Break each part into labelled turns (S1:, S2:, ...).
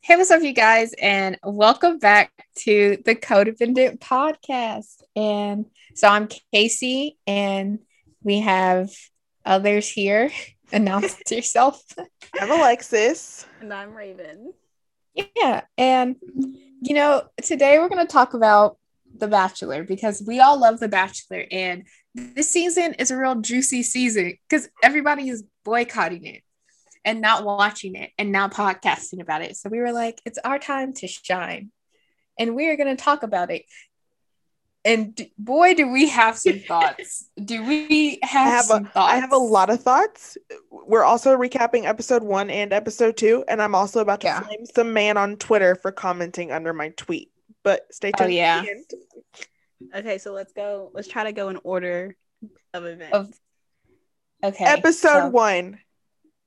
S1: Hey, what's up, you guys, and welcome back to the Codependent Podcast. And so I'm Casey, and we have others here. Announce yourself.
S2: I'm Alexis.
S3: And I'm Raven.
S1: Yeah. And, you know, today we're going to talk about The Bachelor because we all love The Bachelor. And this season is a real juicy season because everybody is boycotting it and not watching it and now podcasting about it. So we were like, it's our time to shine. And we are going to talk about it. And d- boy, do we have some thoughts. Do we have,
S2: I have
S1: some
S2: a,
S1: thoughts?
S2: I have a lot of thoughts. We're also recapping episode one and episode two, and I'm also about to
S1: Yeah.
S2: flame some man on Twitter for commenting under my tweet. But stay
S1: Oh,
S2: tuned. to the
S1: yeah.
S2: end.
S3: Okay, so let's go. Let's try to go in order of events.
S1: Of- Okay.
S2: Episode
S1: so-
S2: one.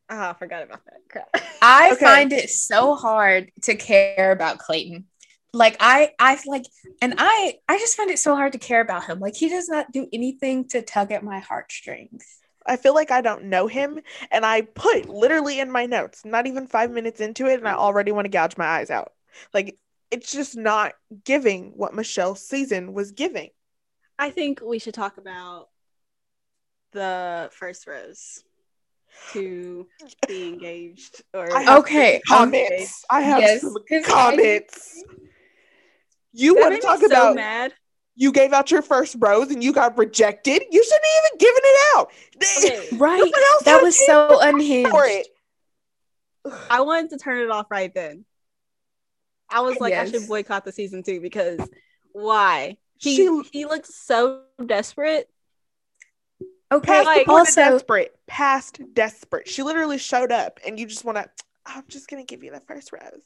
S3: Ah, I forgot about that. Crap.
S1: I
S2: Okay.
S1: find it so hard to care about Clayton. Like I I like and I I just find it so hard to care about him. Like he does not do anything to tug at my heartstrings.
S2: I feel like I don't know him, and I put literally in my notes, not even five minutes into it, and I already want to gouge my eyes out. Like it's just not giving what Michelle's season was giving.
S3: I think we should talk about the first rose to be engaged or
S2: I have
S1: Okay,
S2: some
S1: um,
S2: comments. I have
S1: yes,
S2: some
S1: 'cause I-
S2: comments. You
S3: That
S2: want
S3: made
S2: to
S3: me
S2: talk
S3: so
S2: about
S3: mad.
S2: you gave out your first rose and you got rejected? You shouldn't have even given it out.
S3: Okay,
S2: um,
S1: Right.
S2: Someone else
S1: That
S2: had
S1: was
S2: paid
S1: so unhinged.
S2: for it.
S3: I wanted to turn it off right then. I was like, I
S1: Yes.
S3: should boycott the season two because why? He
S2: She-
S3: he looks so desperate.
S1: Okay.
S2: Past
S3: Like,
S2: the point of
S1: also,
S2: desperate. Past desperate. She literally showed up and you just want to. I'm just gonna give you the first rose.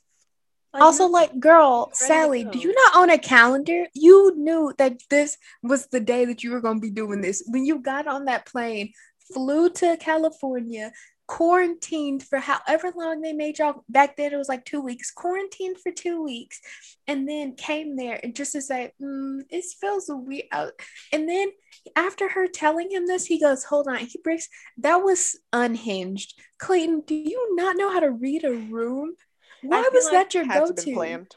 S3: Like,
S1: also like girl,
S3: to
S1: Sally,
S3: go.
S1: do you not own a calendar? You knew that this was the day that you were gonna be doing this. When you got on that plane, flew to California, quarantined for however long they made y'all back then it was like two weeks, quarantined for two weeks, and then came there and just to say, mm, it feels weird out. And then after her telling him this, he goes, Hold on. He breaks that was unhinged. Clayton, do you not know how to read a room? Why
S3: feel
S1: was
S3: like
S1: that your
S2: Had to
S1: go
S2: been
S1: to?
S2: planned.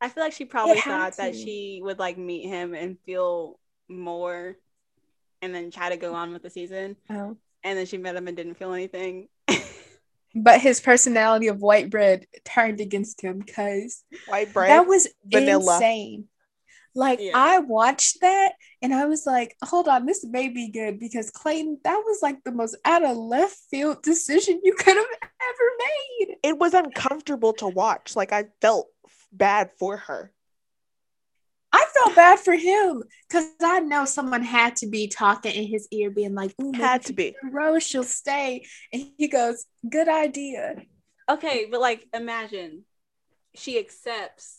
S3: I feel like she probably
S1: had
S3: thought that
S1: to.
S3: she would like meet him and feel more and then try to go on with the season.
S1: Oh.
S3: And then she met him and didn't feel anything.
S1: But his personality of white bread turned against him because
S2: White bread.
S1: that was
S2: vanilla.
S1: insane. Like
S3: Yeah.
S1: I watched that and I was like, hold on, this may be good because Clayton, that was like the most out of left field decision you could have ever made.
S2: it was uncomfortable to watch. Like I felt f- bad for her.
S1: I felt bad for him because I know someone had to be talking in his ear, being like, Ooh, maybe
S2: Had
S1: if
S2: to
S1: you
S2: be.
S1: get Rose, she'll stay. And he goes, Good idea.
S3: Okay, but like imagine she accepts.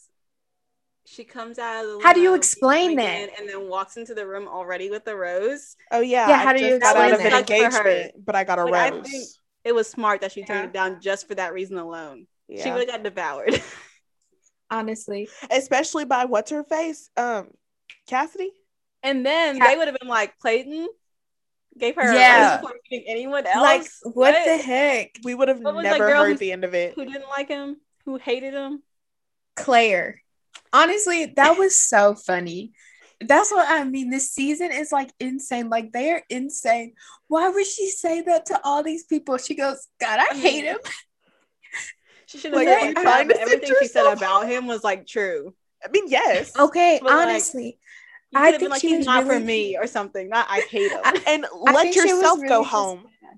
S3: She comes out of the
S1: How do you
S3: limo, meets
S1: explain
S3: him
S1: that?
S3: again, And then how do you explain that? And then walks into the room already with the rose.
S2: Oh yeah.
S1: Yeah,
S2: I
S1: how do you
S2: just got out of
S1: explain
S2: an
S1: that?
S3: Sucked for her.
S2: engagement, but I got a
S3: Like, I
S2: rose.
S3: think It was smart that she turned
S1: Yeah.
S3: it down just for that reason alone.
S2: yeah.
S3: She would have got devoured.
S1: Honestly,
S2: especially by what's her face, um, Cassidy.
S3: and then
S1: Ca-
S3: they would have been like, Clayton gave her
S1: Yeah.
S3: a rose before meeting anyone else.
S1: like, what, the heck?
S2: We would have
S3: What
S2: never
S3: was that girl
S2: heard
S3: who-
S2: the end of it.
S3: who didn't like him, who hated him.
S1: Claire. Honestly, that was so funny. That's what I mean. This season is like insane. Like they are insane. Why would she say that to all these people? She goes, God, I hate him.
S3: She should have
S2: Like,
S3: said
S1: you
S3: like,
S2: trying to sit
S3: everything she said
S2: yourself?
S3: about him was like true.
S2: I mean, yes.
S1: Okay,
S3: But, like,
S1: honestly.
S3: You
S1: I
S3: could have been
S1: think
S3: like,
S1: she
S3: he's
S1: was
S3: not
S1: really-
S3: for me or something. Not I hate him.
S1: I-
S2: And
S1: I
S2: let
S1: think she was
S2: yourself
S1: really
S2: go
S1: just
S2: home.
S1: mad.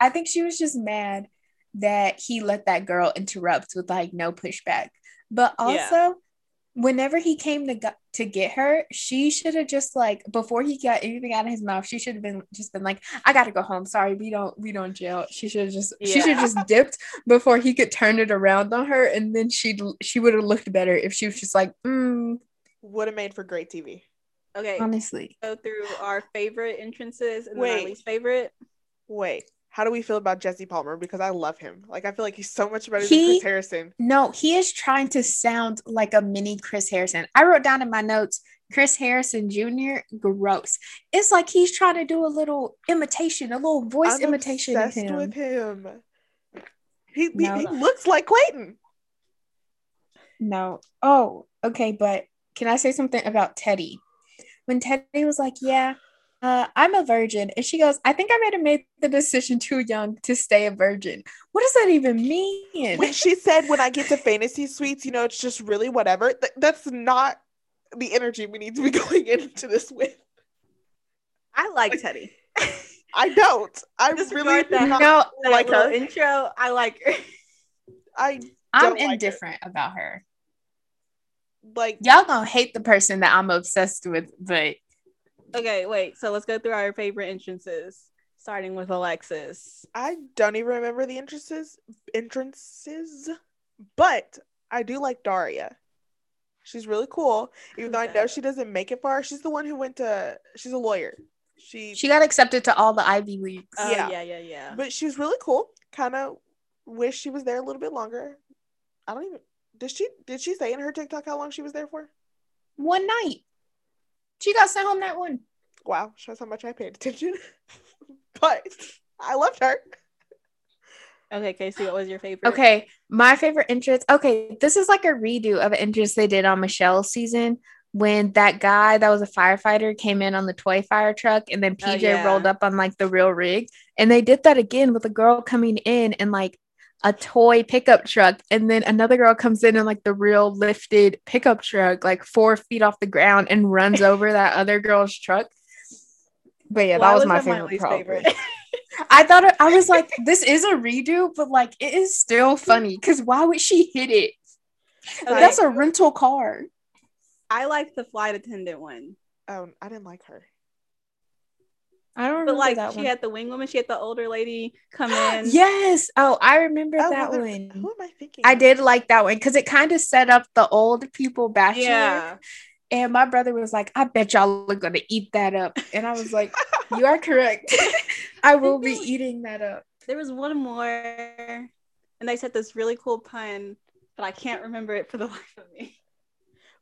S1: I think she was just mad that he let that girl interrupt with like no pushback. But also,
S3: Yeah.
S1: whenever he came to go- to get her, she should have just like before he got anything out of his mouth, she should have been just been like, "I gotta go home. Sorry, we don't we don't jail." She should have just she should have just dipped before he could turn it around on her, and then she she would have looked better if she was just like, mm,
S2: Would have made for great TV.
S3: okay,
S1: honestly.
S3: go through our favorite entrances and then
S2: Wait.
S3: our least favorite.
S2: Wait, how do we feel about Jesse Palmer? Because I love him. Like I feel like he's so much better
S1: He-
S2: than Chris Harrison.
S1: No, he is trying to sound like a mini Chris Harrison. I wrote down in my notes Chris Harrison Jr. Gross. It's like he's trying to do a little imitation, a little voice
S2: I'm
S1: imitation of
S2: obsessed
S1: him.
S2: with him. He, he,
S1: No.
S2: he looks like Clayton.
S1: No. Oh, okay. But can I say something about Teddy? When Teddy was like, Yeah, uh, I'm a virgin. And she goes, I think I might have made the decision too young to stay a virgin. What does that even mean?
S2: When she said, when I get to fantasy suites, you know, it's just really whatever. Th- that's not the energy we need to be going into this with.
S3: I like Teddy.
S2: I don't. I really
S3: Disregard
S2: do
S3: that.
S2: not
S1: no,
S3: That
S2: like
S3: little
S2: her.
S3: intro. I like her.
S2: I
S1: I'm
S2: like her.
S1: indifferent about her.
S2: like.
S1: Y'all gonna hate the person that I'm obsessed with, but
S3: Okay, wait. So let's go through our favorite entrances, starting with Alexis.
S2: I don't even remember the entrances. Entrances, but I do like Daria. She's really cool, even
S3: Who's
S2: though I know
S3: that?
S2: she doesn't make it far. She's the one who went to. She's a lawyer. She
S1: she got accepted to all the Ivy Leagues.
S3: Oh,
S2: Yeah.
S3: yeah, yeah, yeah.
S2: But she was really cool. Kind of wish she was there a little bit longer. I don't even. Did she did she say in her TikTok how long she was there for?
S1: One night. She got sent home that one.
S2: Wow, shows how much I paid attention. but I loved her.
S3: okay, Casey, what was your favorite?
S1: Okay, my favorite entrance. Okay, this is like a redo of an entrance they did on Michelle's season when that guy that was a firefighter came in on the toy fire truck and then
S3: Oh,
S1: PJ
S3: yeah.
S1: rolled up on like the real rig. And they did that again with a girl coming in and like a toy pickup truck. And then another girl comes in in like the real lifted pickup truck, like four feet off the ground and runs over that other girl's truck. But yeah,
S3: Why
S1: that was,
S3: was
S1: my
S3: that my
S1: favorite.
S3: least
S1: probably.
S3: favorite?
S1: I thought it, I was like, this is a redo, but like it is still funny because why would she hit it?
S3: Okay.
S1: That's a rental car.
S3: I like the flight attendant one.
S2: Oh, I didn't like her.
S1: I don't remember
S3: But like
S1: that
S3: she
S1: one.
S3: had the wing woman, she had the older lady come in.
S1: yes. Oh, I remember
S2: Oh,
S1: that
S2: well, then-
S1: one.
S2: Who am I thinking?
S1: I
S2: of?
S1: did like that one because it kind of set up the old people bachelor.
S3: Yeah.
S1: And my brother was like, I bet y'all are gonna eat that up. And I was like, You are correct. I will be eating that up.
S3: There was one more, and they said this really cool pun, but I can't remember it for the life of me.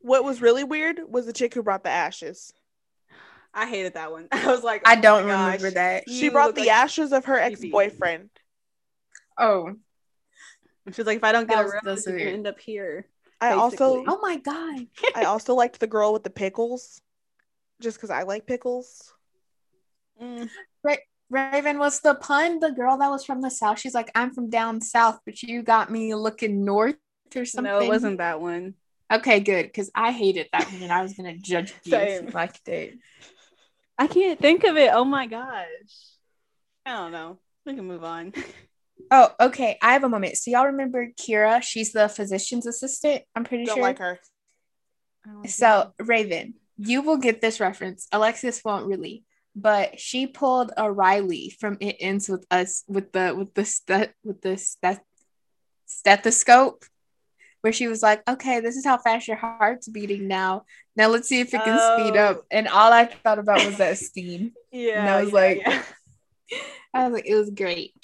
S2: What was really weird was the chick who brought the ashes.
S3: I hated that one. I was like,
S1: I
S3: oh
S1: don't
S3: my gosh.
S1: remember that.
S2: She
S3: You
S2: brought
S3: look
S2: the
S3: like-
S2: ashes of her ex
S3: creepy.
S2: boyfriend.
S1: Oh,
S3: She was like, if I don't get
S1: That
S3: a
S1: was-
S3: room,
S1: that's
S3: this is gonna
S1: weird.
S3: end up here.
S2: I also
S3: Basically.
S1: oh my god.
S2: I also liked the girl with the pickles, just because I like pickles.
S1: Mm, Raven was the pun the girl that was from the south. She's like, I'm from down south, but you got me looking north or something.
S3: No, it wasn't that one.
S1: Okay, good, because I hated that one, and I was gonna judge you if you
S3: Same.
S1: liked it.
S3: I can't think of it. Oh my gosh. I don't know. We can move on.
S1: Oh, okay. I have a moment. So y'all remember Kira? She's the physician's assistant. I'm pretty
S2: Don't
S1: sure.
S2: like her.
S1: So Raven, you will get this reference. Alexis won't really, but she pulled a Riley from It Ends with Us with the with the st- with the st- stethoscope, where she was like, "Okay, this is how fast your heart's beating now. Now let's see if it can speed up."
S3: Oh.
S1: And all I thought about was that steam.
S3: yeah,
S1: and I was
S3: yeah,
S1: like-
S3: yeah.
S1: I was like, it was great.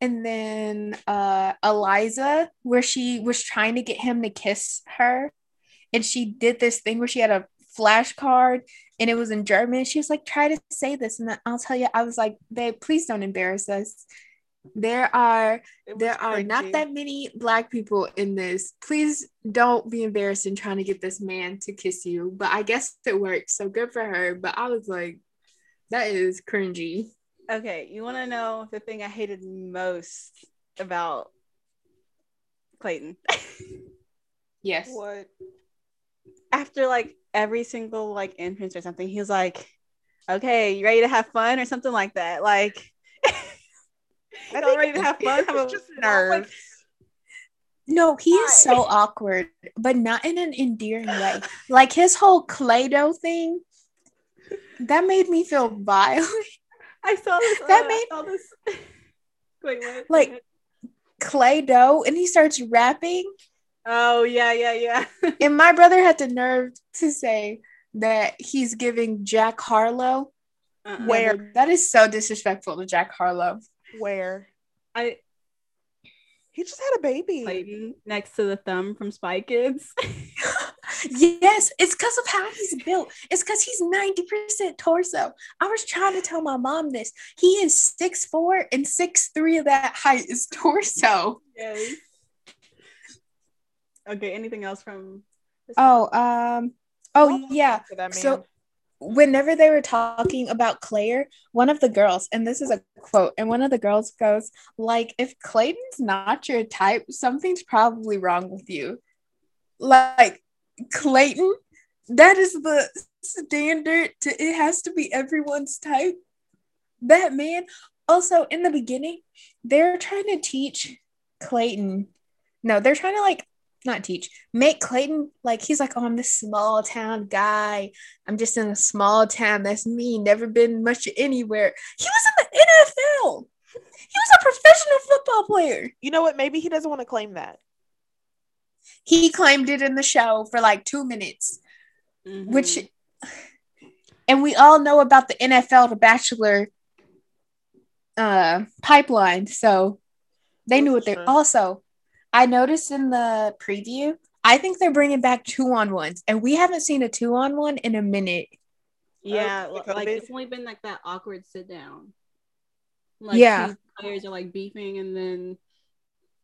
S1: And then uh Eliza, where she was trying to get him to kiss her, and she did this thing where she had a flashcard and it was in German. She was like, try to say this, and then I'll tell you. I was like, babe, please don't embarrass us. There are
S2: It was
S1: there are not
S2: cringy.
S1: that many black people in this. Please don't be embarrassed in trying to get this man to kiss you. But I guess it worked, so good for her. But I was like, that is cringy.
S3: Okay, you want to know the thing I hated most about Clayton?
S1: Yes.
S2: What?
S3: After like every single like entrance or something, he was like, "Okay, you ready to have fun?" or something like that. Like,
S2: I
S3: y'all
S2: think
S3: ready to have fun?
S2: it
S3: Have a
S2: was just
S3: ball?" Like,
S2: nerves.
S1: No, he is
S3: Why?
S1: so awkward, but not in an endearing way. Like his whole Clay Doh thing, that made me feel vile.
S3: I saw this.
S1: That
S3: uh, I
S1: made-
S3: saw this. Wait, what?
S1: Like- Clay Doh, and he starts rapping.
S3: oh yeah, yeah, yeah.
S1: And my brother had the nerve to say that he's giving Jack Harlow.
S3: Uh-uh.
S2: Where?
S1: That is so disrespectful to Jack Harlow.
S2: Where?
S3: I
S2: He just had a baby.
S3: Clayton next to the thumb from Spy Kids.
S1: Yes, it's because of how he's built. It's because he's 90% torso. I was trying to tell my mom this. He is 6'4 and 6'3 of that height is torso.
S3: yes. Okay, anything else from this
S1: Oh, um, oh yeah.
S2: For that man.
S1: So- Whenever they were talking about Claire, one of the girls, and this is a quote, and one of the girls goes, like, if Clayton's not your type, something's probably wrong with you. Like, Clayton, that is the standard to it has to be everyone's type. That man. Also, in the beginning, they're trying to teach Clayton. No, they're trying to like not teach, make Clayton like he's like, oh, I'm this small town guy. I'm just in a small town. That's me. Never been much anywhere. He was in the NFL. He was a professional football player.
S2: you know what? Maybe he doesn't want to claim that.
S1: He claimed it in the show for like two minutes,
S3: Mhm.
S1: which, and we all know about the NFL to Bachelor uh, pipeline. So they knew what they
S2: Sure.
S1: also. I noticed in the preview, I think they're bringing back two on ones, and we haven't seen a two on one in a minute.
S3: yeah,
S2: Oh,
S3: li- like
S2: COVID.
S3: it's only been like that awkward sit down.
S1: Yeah.
S3: two players are like beefing, and then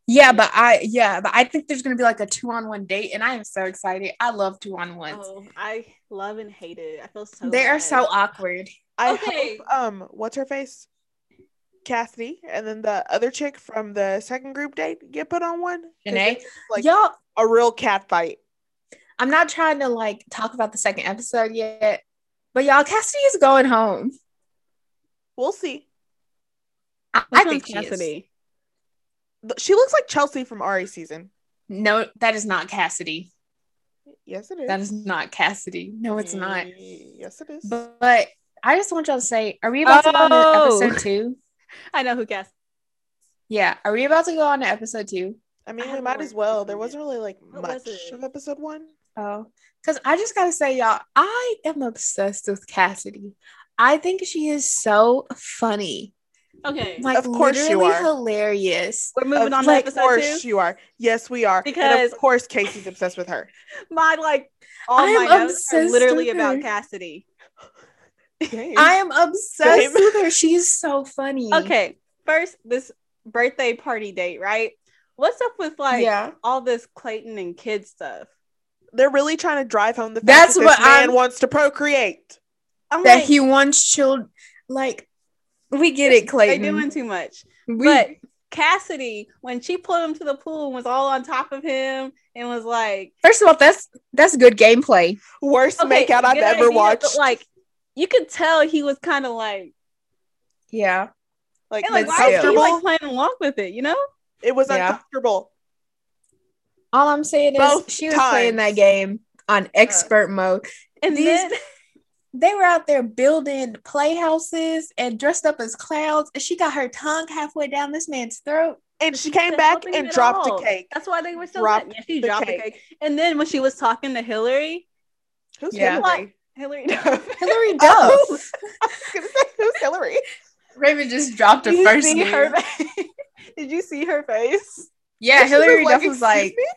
S1: Yeah, but I yeah, but I think there's gonna be like a two on one date, and I am so excited. I love two on ones.
S3: oh, I love and hate it. I feel so.
S1: They are
S3: bad.
S1: so awkward.
S2: I
S3: Okay.
S2: hope um what's her face? Cassidy and then the other chick from the second group date get put on one. 'Cause
S1: Janae?
S2: it's Like
S1: Y'all,
S2: a real cat fight.
S1: I'm not trying to like talk about the second episode yet, but y'all, Cassidy is going home.
S2: We'll see.
S1: I, I
S3: Which
S1: think
S3: one's
S1: she is.
S3: Cassidy?
S2: Th- She looks like Chelsea from Ari season.
S1: No, that is not Cassidy.
S2: Yes, it is.
S1: That is not Cassidy. No, it's not.
S2: Yes, it is.
S1: But, but I just want y'all to say, are we about to go on to
S3: Oh.
S1: episode two?
S3: I know who Cassidy.
S1: Yeah, are we about to go on to episode two?
S2: I mean, we
S3: haven't
S2: might
S3: really
S2: as well. There
S3: seen it.
S2: wasn't really like
S3: What was
S2: much
S3: it?
S2: of episode one.
S1: Oh, because I just gotta say, y'all, I am obsessed with Cassidy. I think she is so funny,
S3: Okay,
S1: like
S2: Of course you
S1: literally
S2: are.
S1: hilarious.
S3: we're moving on
S2: of
S3: to
S1: like,
S3: episode
S2: course
S3: two.
S2: you are. Yes, we are. and
S3: Because-
S2: of course Casey's obsessed with her.
S3: My like, all
S1: I'm
S3: my notes are
S1: obsessed
S3: literally
S1: with
S3: about
S1: her.
S3: Cassidy.
S2: Dang.
S1: I am obsessed
S2: Same.
S1: with her. She's so funny.
S3: Okay, first this birthday party date, right? What's up with like
S1: yeah,
S3: all this Clayton and kid stuff?
S2: They're really trying to drive home the fact
S1: That's
S2: that
S1: what
S2: this man
S1: I'm-
S2: wants to procreate.
S3: I'm
S1: that
S3: like,
S1: he wants children. Like, we get it,
S3: they
S1: Clayton.
S3: doing too much.
S1: we,
S3: But Cassidy, when she pulled him to the pool and was all on top of him and was like,
S1: first of all, that's that's good gameplay.
S2: Worst
S3: okay,
S2: makeout I've
S3: good
S2: ever
S3: idea, but,
S2: watched.
S3: Like, you could tell he was kind of like,
S1: Yeah,
S2: like,
S3: and like
S1: But
S3: why is he
S2: uncomfortable.
S3: like playing along with it? You know,
S2: it was
S1: Yeah.
S2: uncomfortable.
S1: all I'm saying is
S2: Both
S1: she was playing that
S2: times.
S1: game on expert mode.
S3: and
S1: These-
S3: then
S1: they were out there building playhouses and dressed up as clowns, and she got her tongue halfway down this man's throat.
S2: And she came
S3: That's
S2: back
S3: helping
S2: and
S3: at
S2: dropped
S3: all.
S2: a cake.
S3: That's why they were still
S2: Dropped
S3: dropped yeah, she
S2: the
S3: dropped the
S2: cake.
S3: cake. And then when she was talking to Hillary,
S2: Who's
S1: Yeah.
S2: Hillary?
S3: Hillary,
S1: Hillary Duff.
S2: I was gonna say, who's Hillary?
S1: Oh. Raven just dropped her
S3: did you
S1: first
S3: see
S1: name.
S3: her? face? did you see her face?
S1: Yeah,
S2: She
S1: Hillary Duff was
S2: "Excuse
S1: like,
S2: me?"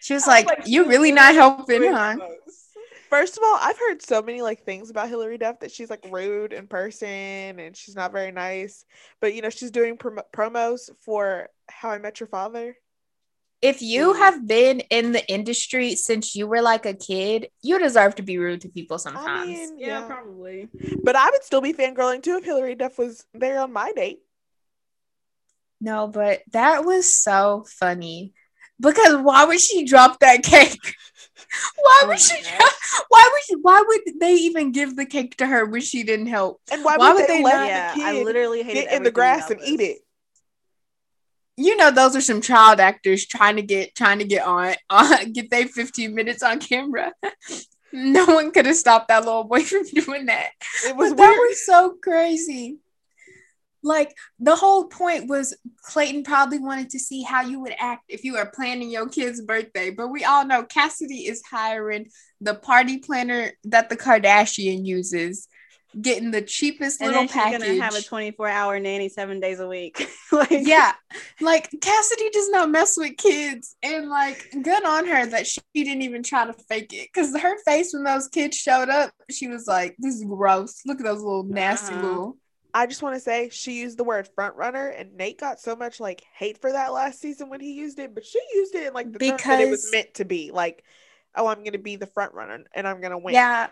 S1: she was
S3: I was
S1: like,
S3: like,
S1: "You really not helping,
S3: Wait,
S1: huh?"
S3: folks.
S2: First of all, I've heard so many like things about Hillary Duff that she's like rude in person and she's not very nice. But you know, she's doing prom- promos for How I Met Your Father.
S1: If you
S3: Mm.
S1: have been in the industry since you were like a kid, you deserve to be rude to people sometimes.
S2: I mean,
S3: Yeah,
S2: yeah.
S3: probably.
S2: But I would still be fangirling too if Hillary Duff was there on my date.
S1: no, but that was so funny because why would she drop that cake? why
S3: Oh
S1: would she?
S3: my
S1: Drop-
S3: gosh.
S1: Why would she, why would they even give the cake to her when she didn't help?
S2: And why, would they, let
S3: yeah,
S2: the kid
S3: I literally hated
S2: get in the
S3: everything
S2: grass and
S3: about
S2: eat
S3: this.
S2: it?
S1: You know, those are some child actors trying to get trying to get on, on get they 15 minutes on camera. no one could have stopped that little boy from doing that.
S2: It was
S1: but that
S2: weird.
S1: was so crazy. Like the whole point was Clayton probably wanted to see how you would act if you were planning your kid's birthday. But we all know Cassidy is hiring the party planner that the Kardashian uses, getting the cheapest
S3: And
S1: little
S3: then she's
S1: package.
S3: gonna have a 24 hour nanny seven days a week. like,
S1: yeah like cassidy does not mess with kids and like good on her that she didn't even try to fake it because her face when those kids showed up she was like this is gross look at those little nasty
S3: Uh-huh.
S1: little
S2: I just want to say she used the word front runner, and Nate got so much like hate for that last season when he used it, but she used it in like the terms that it was
S1: Because-
S2: meant to be. Like, oh, I'm gonna be the front runner and I'm gonna win.
S1: Yeah,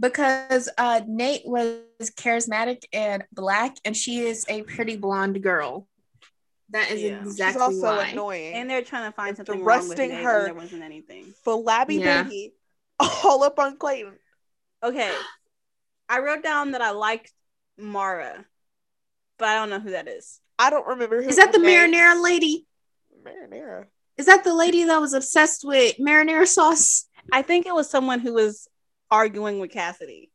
S1: because uh, Nate was charismatic and black, and she is a pretty blonde girl. That is
S3: Yeah. She's
S1: exactly
S2: she's also
S1: why.
S2: annoying.
S3: And they're trying to find
S2: It's
S3: something wrong
S2: thrusting
S3: with Nate
S2: her-
S3: when there wasn't anything.
S2: Flabby
S1: Yeah.
S2: baby, all up on Clayton.
S3: Okay. I wrote down that I liked Mara, but I don't know who that is.
S2: I don't remember who.
S1: Is that the
S2: okay.
S1: marinara lady?
S2: Marinara.
S1: Is that the lady that was obsessed with marinara sauce?
S3: I think it was someone who was arguing with Cassidy.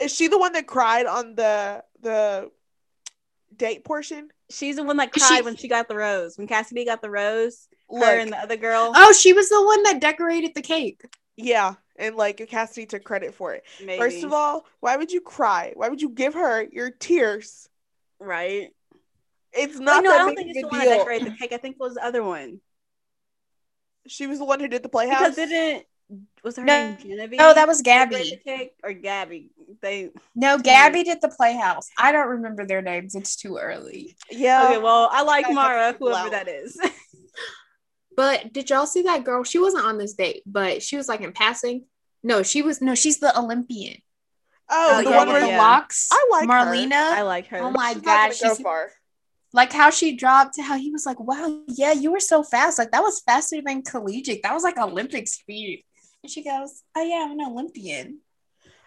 S2: Is she the one that cried on the the date portion?
S3: She's the one that
S1: She-
S3: cried when she got the rose. When Cassidy got the rose, her
S2: Look, Uh,
S3: and the other girl.
S1: Oh, she was the one that decorated the cake.
S2: yeah, and like Cassidy took credit for it.
S3: maybe.
S2: First of all, why would you cry? Why would you give her your tears?
S3: right?
S2: It's
S3: No,
S2: not
S3: no,
S2: that
S3: I don't
S2: big of
S3: think it's the
S2: a
S3: one that
S2: deal.
S3: decorated the cake. I think it was the other one.
S2: She was the one who did the
S3: Because
S2: playhouse.
S3: didn't was her
S1: No,
S3: name Genevieve?
S1: No, Oh, that was
S3: Decorated
S1: Gabby.
S3: the cake? or Gabby. They
S1: No, Gabby did the playhouse. I don't remember their names. It's too early.
S2: yeah,
S3: okay. Well, I like
S2: Guys,
S3: Mara,
S2: that's a
S3: whoever
S2: blowout.
S3: that is.
S1: But did y'all see that girl? She wasn't on this date, but she was like in passing. No, she was no, she's the Olympian.
S2: oh,
S1: the
S2: the
S3: yeah,
S2: one
S1: one with
S3: yeah,
S2: where
S1: the
S3: yeah.
S1: locks.
S2: I like her.
S1: Marlena.
S3: I like her.
S1: Oh my
S2: she's not
S1: gosh,
S2: gonna go
S1: she's
S2: far.
S1: like how she dropped, how he was like, "Wow, yeah, you were so fast. Like that was faster than collegiate. That was like Olympic speed." And she goes, "Oh yeah, I'm an Olympian,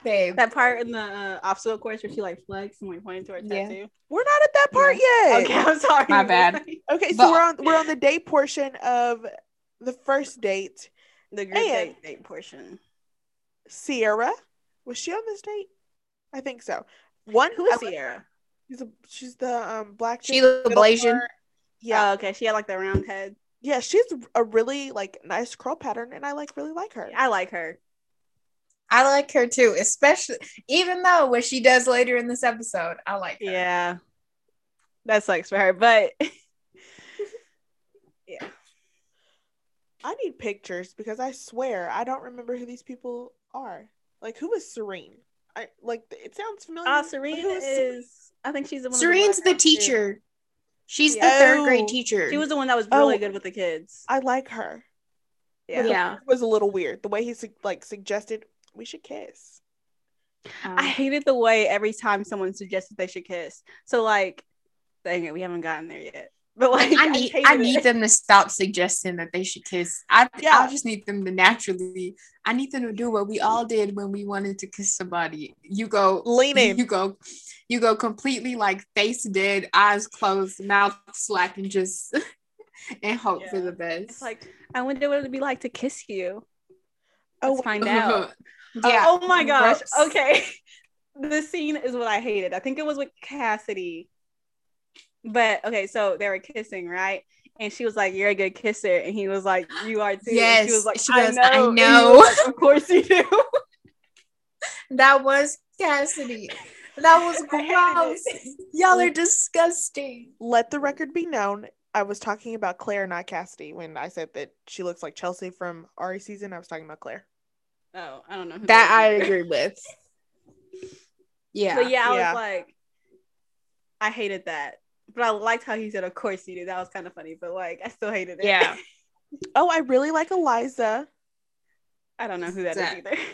S1: babe."
S3: that part in the uh, obstacle course where she like flexed and like pointed towards
S1: Yeah.
S3: that too.
S2: We're not at that part yet.
S3: Okay, I'm sorry.
S1: My bad.
S2: Okay, so
S1: But-
S2: we're on we're on the date portion of the first date.
S3: The group
S2: And-
S3: date, date portion.
S2: Sierra, was she on this date? I think so. One
S3: Who is
S2: I like-
S3: Oh, Sierra?
S2: She's, a, she's the um black. chick
S1: She
S2: in the
S1: the
S2: middle
S1: Blasian.
S2: part. Yeah,
S3: Yeah. Oh, okay. She had like the round head.
S2: yeah. She's a really like nice curl pattern, and I like really like her.
S3: I like her.
S1: I like her too, especially even though what she does later in this episode, I like her.
S3: Yeah. That sucks for her, but yeah.
S2: I need pictures because I swear I don't remember who these people are. Like who is Serene? I like it sounds familiar.
S3: Uh,
S2: but
S3: Serena
S2: who is Serene?
S3: is. I think she's the one. with
S1: Serene's
S3: black
S1: the
S3: hair.
S1: teacher. She's
S3: Yeah.
S1: the third
S2: Oh,
S1: grade teacher.
S3: She was the one that was really
S2: Oh.
S3: good with the kids.
S2: I like her.
S3: Yeah.
S1: yeah.
S2: It was a little weird the way he su- like suggested we should kiss.
S3: I
S1: Um,
S3: hated the way every time someone suggested they should kiss. So like, dang it, we haven't gotten there yet. But like,
S1: I need
S3: hated
S1: I
S3: it.
S1: need them to stop suggesting that they should kiss. I
S2: Yeah.
S1: I just need them to naturally. I need them to do what we all did when we wanted to kiss somebody. You go
S2: Lean in.
S1: you go you go completely like face dead, eyes closed, mouth slack and just and hope for
S3: Yeah.
S1: the best.
S3: It's like, I wonder what it'd be like to kiss you.
S2: Oh,
S3: Let's find out.
S1: yeah.
S3: Oh my gosh.
S1: Gross.
S3: Okay. the scene is what I hated. I think it was with Cassidy. But okay, so they were kissing, right? And she was like, You're a good kisser. And he was like, You are too. And
S1: Yes.
S3: she was like,
S1: She
S3: I
S1: goes,
S3: know.
S1: "I
S3: And he
S1: know."
S3: was like, of course you do.
S1: That was Cassidy. That was
S3: I hated
S1: gross. Y'all are disgusting.
S2: Let the record be known. I was talking about Claire, not Cassidy, when I said that she looks like Chelsea from Ari season. I was talking about Claire.
S3: oh, I don't know. who
S1: That I
S3: is.
S1: agree with. Yeah.
S3: But yeah, I
S2: Yeah.
S3: was like, I hated that. But I liked how he said, Of course you do. That was kind of funny. But like, I still hated it.
S1: Yeah.
S2: Oh, I really like Eliza.
S3: I don't know who that is
S1: That-
S3: either.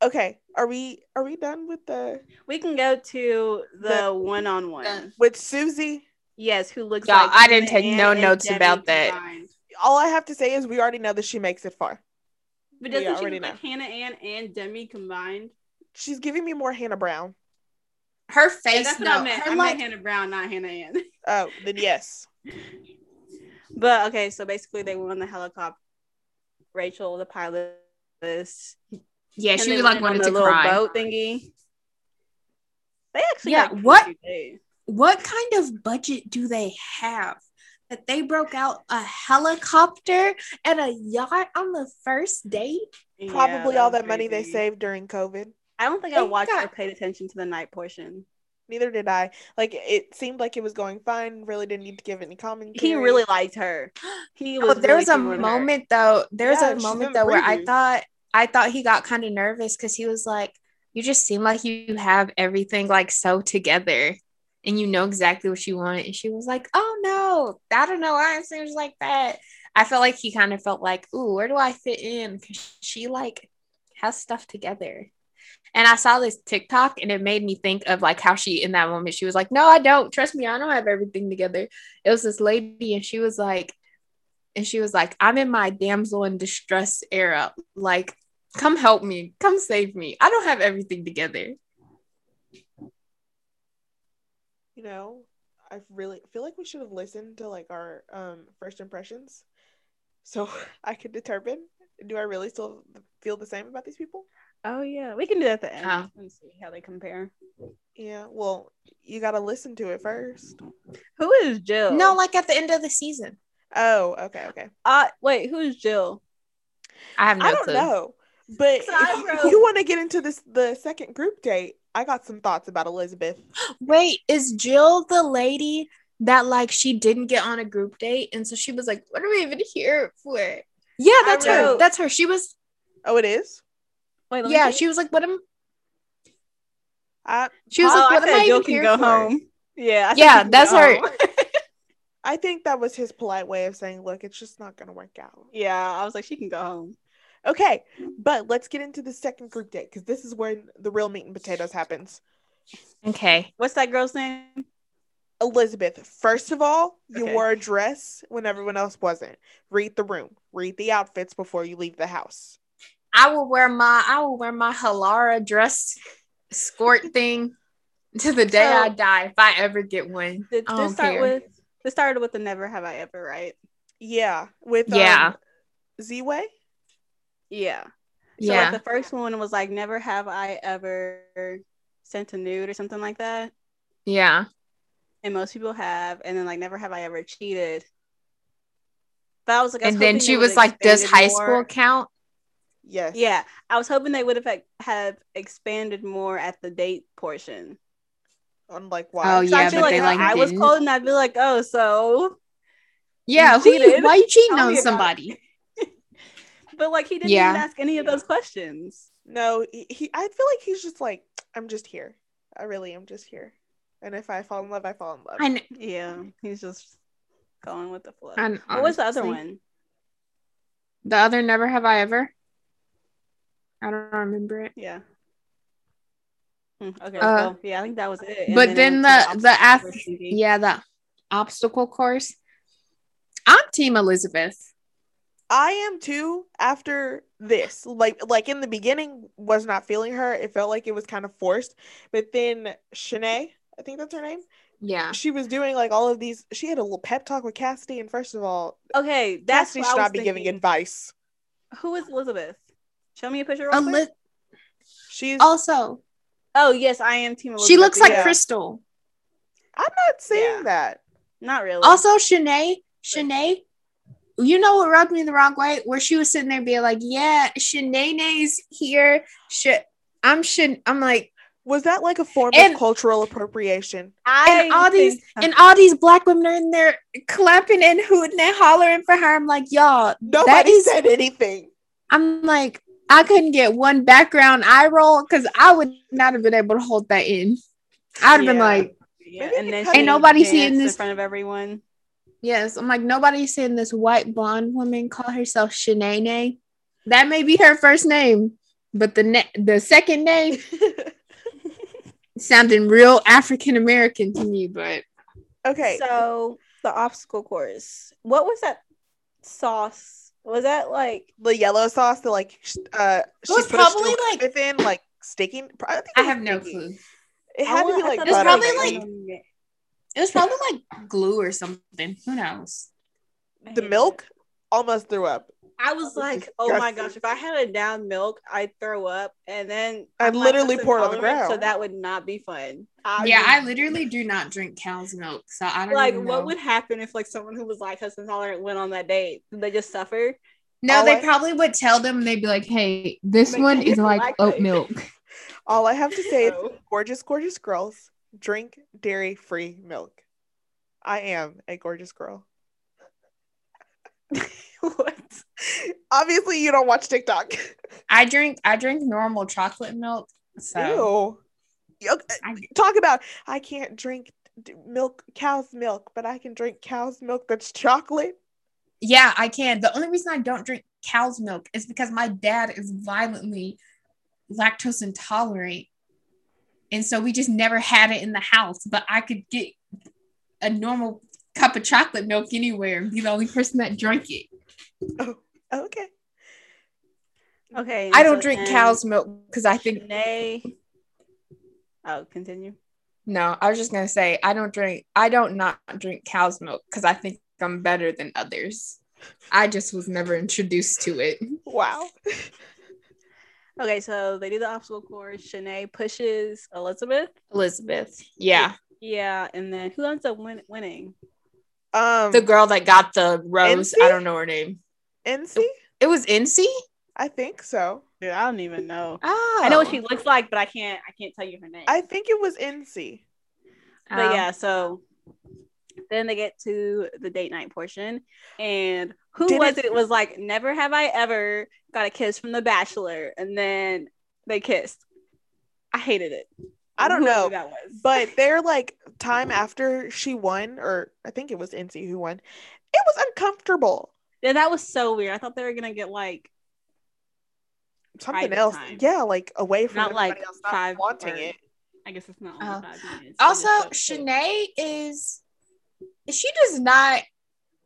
S2: Okay, are we are we done with the
S3: We can go to the
S2: The-
S3: one on one.
S1: the-
S2: with Susie?
S3: Yes, who looks
S1: Y'all,
S3: like
S1: I didn't
S3: Tina
S1: take no
S3: and
S1: notes
S3: Debbie
S1: about that.
S3: combined.
S2: All I have to say is we already know that she makes it far. We
S3: But doesn't she
S2: already
S3: look like Hannah Ann and Demi combined?
S2: She's giving me more Hannah Brown.
S1: Her
S3: Yeah,
S1: face,
S3: that's what
S1: no,
S3: I meant.
S1: her
S3: I
S1: like,
S3: meant Hannah Brown, not Hannah Ann.
S2: Oh, then yes.
S3: But okay, so basically they were on the helicopter. Rachel, the pilot, this
S1: yeah,
S3: and
S1: she
S3: they
S1: was,
S3: went
S1: like
S3: on
S1: wanted
S3: the
S1: to
S3: little
S1: cry.
S3: boat thingy. They actually
S1: Yeah,
S3: got pretty
S1: what-
S3: cute.
S1: What kind of budget do they have that they broke out a helicopter and a yacht on the first date?
S3: Yeah,
S2: Probably all
S3: was
S2: that money they
S3: crazy.
S2: saved during COVID.
S3: I don't think I
S1: They
S3: watched or
S1: got-
S3: paid attention to the night portion.
S2: Neither did I. Like it seemed like it was going fine. Really didn't need to give any commentary.
S3: He really liked her. He was
S1: Oh, there
S3: really
S1: was a
S3: feeling her.
S1: moment though. There was
S2: Yeah,
S1: a
S2: she's
S1: moment
S2: been
S1: though where I
S2: breathing.
S1: thought I thought he got kind of nervous because he was like, you just seem like you have everything like so together and you know exactly what you want. And she was like, Oh no, I don't know why it seems like that. I felt like he kind of felt like, Ooh, where do I fit in? Cause she like has stuff together. And I saw this TikTok and it made me think of like how she in that moment she was like, No, I don't. Trust me, I don't have everything together. It was this lady and she was like, and she was like, I'm in my damsel in distress era. Like, come help me. Come save me. I don't have everything together.
S2: You know, I really feel like we should have listened to like our um first impressions so I could determine do I really still feel the same about these people?
S3: Oh yeah, we can do that at the end
S1: Oh.
S3: and see how they compare.
S2: Yeah, well, you got to listen to it first.
S3: Who is Jill?
S1: No, like at the end of the season.
S2: Oh, okay, okay.
S3: uh, wait, who is Jill?
S1: I have no
S2: I don't
S1: clue.
S2: know. But
S3: So I
S2: if
S3: wrote-
S2: you want to get into this the second group date, I got some thoughts about Elizabeth.
S1: Wait, is Jill the lady that like she didn't get on a group date and so she was like, "What are we even here for?" Yeah, that's her.
S3: wrote-
S1: That's her. She was.
S2: Oh, it is?
S3: Wait, let me
S1: Yeah,
S3: see.
S1: she was like, "What am?"
S2: I
S1: She was
S3: Oh,
S1: like, "What
S3: said
S1: am I
S3: Jill
S1: even
S3: can
S1: here
S3: go
S1: for?"
S3: home. Yeah, I said
S1: Yeah,
S3: Jill can
S1: that's
S3: go
S1: her.
S3: home.
S2: I think that was his polite way of saying, look, it's just not going to work out.
S3: yeah, I was like, she can go home.
S2: Okay, but let's get into the second group date because this is where the real meat and potatoes happens.
S1: Okay.
S3: What's that girl's name?
S2: Elizabeth, first of all, you
S3: Okay.
S2: wore a dress when everyone else wasn't. Read the room, read the outfits before you leave the house.
S1: I will wear my I will wear my Halara dress skirt thing to the day
S3: So-
S1: I die if I ever get one.
S3: Did
S1: I
S3: this
S1: don't
S3: start
S1: care.
S3: with? This started with the never have I ever, right?
S2: Yeah, with
S1: Yeah.
S2: um, Z Way.
S3: Yeah. So
S1: yeah.
S3: like the first one was like never have I ever sent a nude or something like that.
S1: yeah.
S3: And most people have, and then like never have I ever cheated. But I was like, I was
S1: And then
S3: hoping they
S1: she
S3: would've
S1: was like, "Does
S3: expanded
S1: high
S3: more."
S1: school count?"
S2: Yes.
S3: Yeah, I was hoping they would have like, have expanded more at the date portion.
S2: On like why?
S1: Oh,
S3: So
S1: yeah,
S3: I feel
S1: but
S3: like,
S1: they,
S3: if
S1: like,
S3: I was
S1: didn't.
S3: cold and I'd be like, oh, so.
S1: Yeah. Who you,
S3: cheated.
S1: why you cheating
S3: Tell
S1: on
S3: me about it.
S1: somebody?
S3: But like, he didn't
S1: Yeah.
S3: even ask any of those questions.
S2: No, he, he. I feel like he's just like I'm just here. I really am just here. And if I fall in love, I fall in love.
S1: I know.
S3: Yeah, he's just going with the flow.
S1: I know,
S3: What was the other
S1: honestly.
S3: one?
S1: The other never have I ever. I don't remember it.
S3: Yeah. Mm, okay.
S1: Uh,
S3: well, yeah, I think that was it. And
S1: but then
S3: it went
S1: the-
S3: to
S1: the ath-
S3: obstacle course thingy.
S1: Yeah, the obstacle course. I'm team Elizabeth.
S2: I am too. After this, like like in the beginning, was not feeling her. It felt like it was kind of forced. But then Shanae, I think that's her name.
S1: Yeah.
S2: She was doing like all of these. She had a little pep talk with Cassidy, and first of all,
S3: Okay, that's
S2: Cassidy
S3: what
S2: should
S3: I
S2: not
S3: was
S2: be giving
S3: thinking.
S2: advice.
S3: Who is Elizabeth? Show me a picture. Real
S1: Eli-
S3: quick.
S2: She's.
S1: also,
S3: Oh yes, I am Team Elizabeth.
S1: she looks like
S2: yeah.
S1: Crystal.
S2: I'm not saying
S3: Yeah.
S2: that.
S3: Not really.
S1: Also, Shanae, Shanae, you know what rubbed me the wrong way? Where she was sitting there being like, "Yeah, Shanae's here." Sh- I'm Shan. I'm like,
S2: Was that like a form
S1: And-
S2: of cultural appropriation?
S3: I
S1: and all these
S3: think-
S1: and all these black women are in there clapping and hooting and hollering for her. I'm like, y'all,
S2: Nobody
S1: is-
S2: said anything.
S1: I'm like, I couldn't get one background eye roll because I would not have been able to hold that in. I'd have been
S3: Yeah.
S1: like,
S3: Yeah,
S2: Maybe
S3: and
S2: they
S3: then
S2: cut
S3: she
S2: it. Ain't
S1: nobody
S3: danced
S1: seeing this-
S3: in front of everyone.
S1: yes, I'm like, nobody's seeing this white blonde woman call herself Shanae. That may be her first name, but the ne- the second name sounded real African American to me. But
S2: okay.
S3: So the obstacle course. What was that sauce? Was that like?
S2: the yellow sauce that like sh- uh she
S1: was
S2: put a
S1: probably,
S2: strip
S1: like-
S2: within like sticky pr- I, think it
S1: I
S2: was
S1: have no
S2: sticky.
S1: clue.
S2: It had to be like
S1: It's
S2: butter,
S1: probably,
S2: right?
S1: like- It was probably like glue or something. Who knows?
S2: the milk almost threw up.
S3: I was like, oh my gosh, if I had a down milk, I'd throw up, and then
S2: I
S3: I'm
S2: literally
S3: lactose
S2: poured on the
S3: intolerant, So
S2: ground.
S3: that would not be fun.
S1: yeah,
S2: mean,
S1: I literally do not drink cow's milk, so I don't
S3: like,
S1: even know.
S3: what would happen if like someone who was lactose intolerant went on that date? Did they just suffer?
S1: No,
S2: All
S1: they
S2: I-
S1: probably would tell them. They'd be like, "Hey, this
S3: Make
S1: one
S3: it
S1: is like
S3: lactate."
S1: oat milk."
S2: all I have to say
S1: Oh.
S2: is
S3: No.
S2: gorgeous gorgeous girls drink dairy free milk. I am a gorgeous girl.
S3: what?
S2: Obviously you don't watch TikTok.
S1: I drink I drink normal chocolate milk,
S3: So
S2: Ew. Yuck.
S3: I-
S2: Talk about I can't drink d- milk, cow's milk, but I can drink cow's milk that's chocolate.
S1: Yeah, I can. The only reason I don't drink cow's milk is because my dad is violently lactose intolerant. And so we just never had it in the house, but I could get a normal cup of chocolate milk anywhere and be the only person that drank it.
S2: Okay.
S3: okay.
S1: I don't
S3: so
S1: drink
S3: then
S1: cow's milk because I think
S3: Shanae. Oh, continue.
S1: no, I was just gonna say I don't drink I don't not drink cow's milk because I think I'm better than others. I just was never introduced to it.
S2: Wow.
S3: Okay, so they do the obstacle course. Shanae pushes Elizabeth.
S1: Elizabeth. Yeah.
S3: Yeah, and then who ends up win- winning?
S2: Um
S1: The girl that got the rose. I
S2: Nancy?
S1: don't know her name.
S2: NC?
S1: It was NC?
S2: I think so.
S3: Dude, I don't even know.
S1: Oh.
S3: I know what she looks like, but I can't. I can't tell you her name.
S2: I think it was NC. Um,
S1: Oh.
S3: But yeah, so then they get to the date night portion, and who
S2: Did
S3: was
S2: it-
S3: it? it was like, "Never have I ever got a kiss from the Bachelor," and then they kissed. I hated it.
S2: I don't
S3: Whoever
S2: know.
S3: that was.
S2: But they're like time after she won, or I think it was NC who won. It was uncomfortable.
S3: Yeah, that was so weird. I thought they were gonna get like
S2: Something
S3: Private
S2: else.
S3: time.
S2: Yeah, like away from
S3: Not
S2: everybody
S3: like
S2: else, not
S3: five
S2: wanting
S3: or-
S2: it.
S3: I guess it's not
S1: Oh.
S3: only five minutes.
S1: Also,
S3: It was so quick.
S1: Shanae is she does not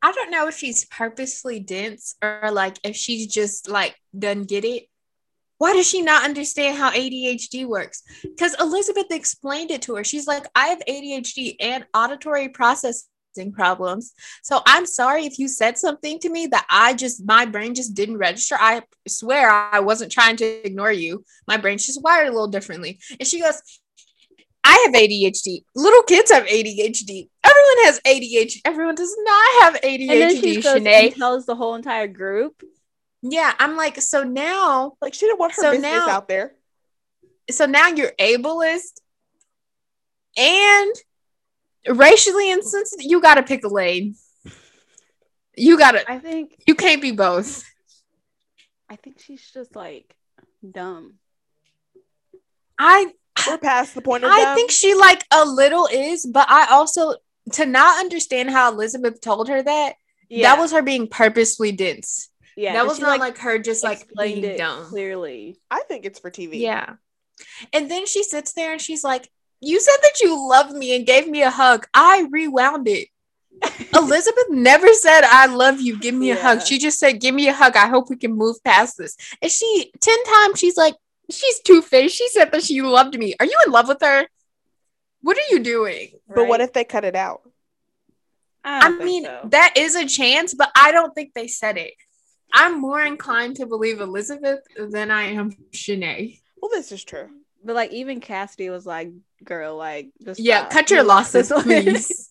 S1: I don't know if she's purposely dense or like if she's just like doesn't get it. Why does she not understand how ADHD works? Because Elizabeth explained it to her. She's like, I have ADHD and auditory processing problems. So I'm sorry if you said something to me that I just, my brain just didn't register. I swear I wasn't trying to ignore you. My brain's just wired a little differently. And she goes, I have ADHD. Little kids have ADHD. Everyone has ADHD. Everyone does not have ADHD.
S3: and then she goes
S1: Shanae.
S3: and tells the whole entire group.
S1: Yeah, I'm like, so now,
S2: Like she didn't want her
S1: So
S2: business
S1: now-
S2: out there.
S1: so now you're ableist and racially insensitive. You gotta pick a lane. You gotta.
S3: I think.
S1: You can't be both.
S3: I think she's just like dumb.
S1: I
S2: We're past the point of
S1: I
S2: dumb.
S1: think she like a little is, but I also to not understand how Elizabeth told her that
S3: Yeah,
S1: that was her being purposely dense.
S3: yeah.
S1: that
S3: and
S1: was
S3: she,
S1: not like, her just like
S3: explained
S1: being dumb.
S3: clearly.
S2: I think it's for TV.
S1: Yeah. And then she sits there and she's like, You said that you loved me and gave me a hug. I rewound it. Elizabeth never said, I love you. Give me a hug.
S3: Yeah.
S1: She just said, Give me a hug. I hope we can move past this. And she, 10 times, she's like, She's two faced. She said that she loved me. Are you in love with her? What are you doing?
S2: But what
S3: right?
S2: if they cut it out?
S1: I
S3: don't think
S1: mean,
S3: so.
S1: that is a chance, but I don't think they said it. I'm more inclined to believe Elizabeth than I am Shanae.
S2: Well, this is true.
S3: But like even Cassidy was like, "Girl, like just
S1: Yeah,
S3: stop.
S1: cut your
S3: You lost
S1: losses,
S3: one."
S1: please.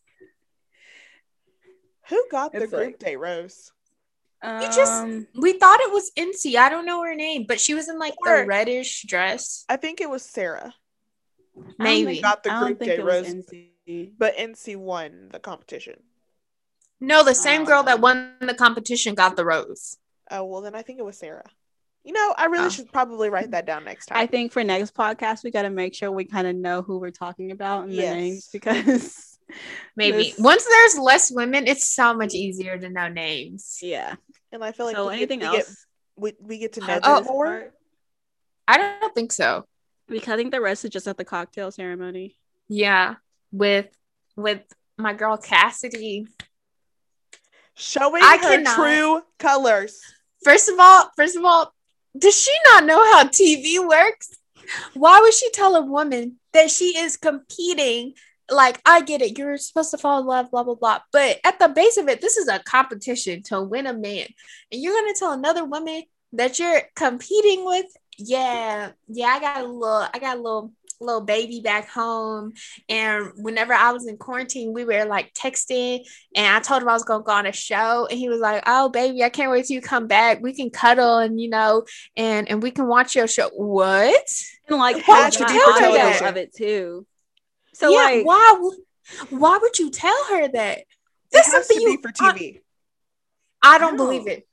S2: Who got the
S3: It's
S2: group
S3: like-
S2: date rose?
S3: um,
S1: just- We thought it was NC. I don't know her name, but she was in like the
S2: Or-
S1: reddish dress.
S2: I think it was Sarah,
S3: I don't
S1: Maybe.
S3: think-
S2: Got the
S3: I don't
S2: group
S3: think
S2: date
S3: it was
S2: rose.
S3: NC.
S2: but NC won the competition.
S1: No, the same girl that
S3: Um,
S1: won the competition got the rose.
S2: Oh well, then I think it was Sarah. You know, I really
S1: Oh.
S2: should probably write that down next time.
S3: I think for next podcast we got to make sure we kind of know who we're talking about and
S2: Yes.
S3: the names because
S1: Maybe
S3: This-
S1: once there's less women, it's so much easier to know names.
S3: yeah.
S2: and I feel like
S3: so
S2: we
S3: anything
S2: get, we
S3: else?
S2: get- we, we get to know
S3: after
S1: Oh.
S2: them
S3: this
S2: more.
S3: part?
S1: I don't think so.
S3: Because I think the rest is just at the cocktail ceremony.
S1: Yeah, with with my girl Cassidy.
S2: Showing
S1: I
S2: her
S1: cannot.
S2: true colors.
S1: First of all, first of all, does she not know how TV works? Why would she tell a woman that she is competing? Like, I get it, you're supposed to fall in love, blah, blah, blah. But at the base of it, this is a competition to win a man. And you're gonna tell another woman that you're competing with, yeah, yeah, I got a little, I got a little little baby back home. And whenever I was in quarantine, we were like texting and I told him I was gonna go on a show, and he was like, "Oh, baby, I can't wait till you come back. We can cuddle, and you know, and and we can watch your show." What?
S3: And like
S1: Why
S3: how
S1: would you
S3: the
S1: tell her
S3: audio
S1: that?
S3: of it too. So
S1: yeah.
S3: like
S1: why? would- Why would you tell her that? This
S2: it
S1: is
S2: has
S1: something
S2: to
S1: you.
S2: be for TV.
S1: I don't believe
S3: No.
S1: it.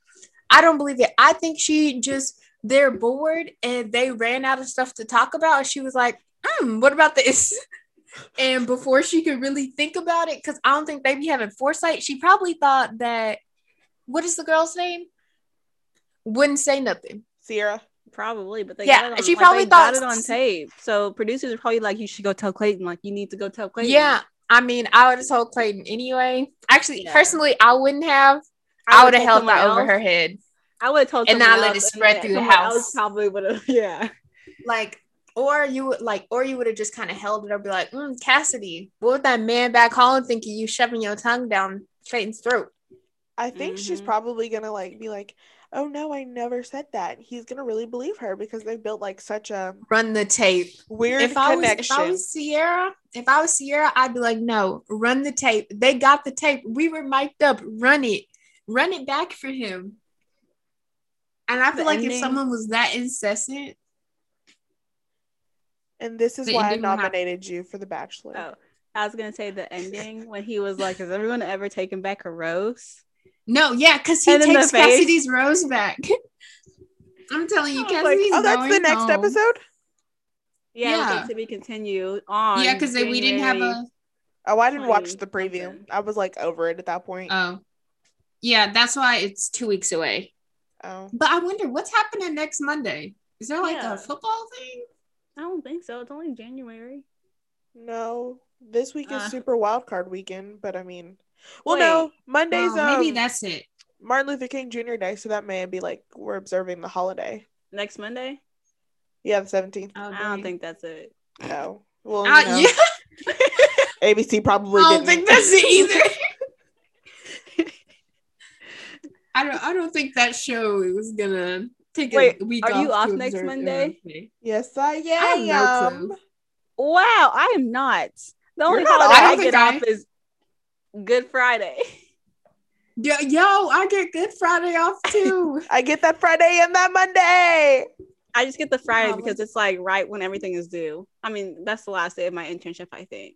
S1: I don't believe it. I think she just they're bored and they ran out of stuff to talk about. And she was like, hmm, what about this? And before she could really think about it, because I don't think they be having foresight, she probably thought that what is the girl's name? Wouldn't say nothing.
S2: Sierra.
S3: Probably, but they
S1: Yeah,
S3: got it
S1: and
S3: on,
S1: she
S3: like,
S1: probably
S3: they got
S1: thought-
S3: it on tape. So producers are probably like, you should go tell Clayton. Like you need to go tell Clayton.
S1: Yeah. I mean, I would have told Clayton anyway. Actually,
S3: Yeah.
S1: personally, I wouldn't have. I would have
S3: told
S1: held that
S3: someone
S1: over
S3: else.
S1: her head.
S3: I would have told
S1: And not
S3: someone
S1: let it
S3: else, and
S1: spread
S3: then
S1: through the
S3: someone
S1: house.
S3: else Probably would have. Yeah.
S1: like or you would like or you would have just kind of held it up be like mm, cassidy what would that man back home thinking you shoving your tongue down clayton's throat
S2: I think she's
S3: Mhm.
S2: probably gonna like be like, "Oh no, I never said that." He's gonna really believe her because they've built like such a
S1: run the tape
S2: weird
S1: if I, was, if
S2: connection.
S1: I was sierra if i was sierra i'd be like no run the tape they got the tape we were mic'd up run it run it back for him and i feel
S3: The
S1: like if
S3: ending-
S1: someone was that incessant
S2: and this is
S1: The
S2: why I
S1: ending will happen.
S2: nominated you for The Bachelor.
S3: Oh, I was gonna say the ending when he was like, "Has everyone ever taken back a rose?"
S1: no yeah because he
S3: And in the
S1: takes
S3: face.
S1: cassidy's rose back i'm telling you
S3: I was like,
S1: cassidy's
S2: Oh, that's the
S1: going
S2: next
S1: home.
S2: episode.
S3: Yeah. it was
S1: Yeah.
S3: like, to be continued on.
S1: yeah because we didn't have
S3: January-
S1: a
S2: Oh, I didn't watch
S3: 20
S2: the preview.
S3: something.
S2: I was like over it at that point.
S1: Oh, yeah, that's why it's two weeks away.
S2: oh,
S1: But I wonder what's happening next Monday. Is there like
S3: Yeah.
S1: a football thing?
S3: I don't think so. It's only January.
S2: no, this week is
S1: Uh.
S2: Super Wild Card Weekend, but I mean, well, no,
S3: Wait.
S2: Monday's
S1: Oh,
S2: um,
S1: maybe that's it.
S2: Martin Luther King Jr. Day, so that may be like we're observing the holiday.
S3: Next Monday.
S2: Yeah, the seventeenth.
S1: Oh,
S3: I don't
S1: dang.
S3: think that's it.
S2: No, well,
S1: Uh,
S2: you know,
S1: yeah,
S2: ABC probably
S1: I
S2: didn't.
S1: don't think that's it either. I don't. I don't think that show was gonna take
S3: Wait,
S1: a week.
S3: are you
S1: off
S3: off
S1: to
S3: next
S1: observe
S3: Monday?
S1: everything.
S2: Yes, I am.
S1: have no clue.
S3: Wow, I am not. The only
S2: not-
S3: holiday
S2: I
S3: I,
S1: don't think
S3: get
S1: I-
S3: off is Good Friday.
S1: Yo, yo, I get Good Friday off too.
S2: I get that Friday and that Monday.
S3: I just get the Friday
S1: Wow.
S3: because it's like right when everything is due. I mean, that's the last day of my internship, I think.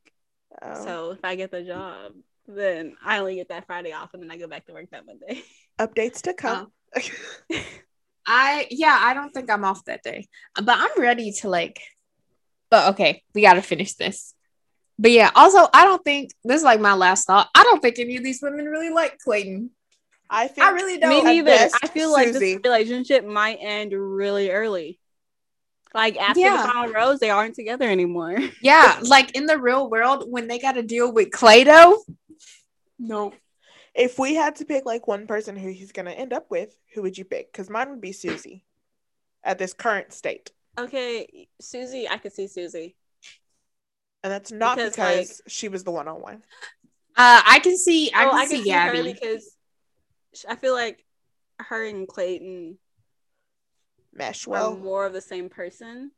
S2: Oh.
S3: So if I get the job, then I only get that Friday off, and then I go back to work that Monday.
S2: Updates to come.
S1: uh, I yeah, I don't think I'm off that day, but I'm ready to like. But okay, we gotta finish this. But yeah, also I don't think this is like my last thought. I don't think any of these women really like Clayton.
S2: I think
S1: I really don't.
S3: Me
S2: at
S3: neither.
S2: best,
S3: I feel like
S2: Susie.
S3: this relationship might end really early. Like after
S1: Yeah.
S3: the final rose, they aren't together anymore.
S1: Yeah, like in the real world when they got to deal with uh, Clayto. No.
S2: if we had to pick like one person who he's gonna end up with, who would you pick? Because mine would be Susie at this current state.
S3: Okay, Susie, I could see Susie.
S2: And that's not because,
S3: Because, like-
S2: she was the one on one.
S1: Uh, I can see. I
S3: Oh,
S1: can
S3: I
S1: see,
S3: could see
S1: Gabby.
S3: her because sh- I feel like her and Clayton
S2: Mesh
S3: were
S2: well.
S3: more of the same person.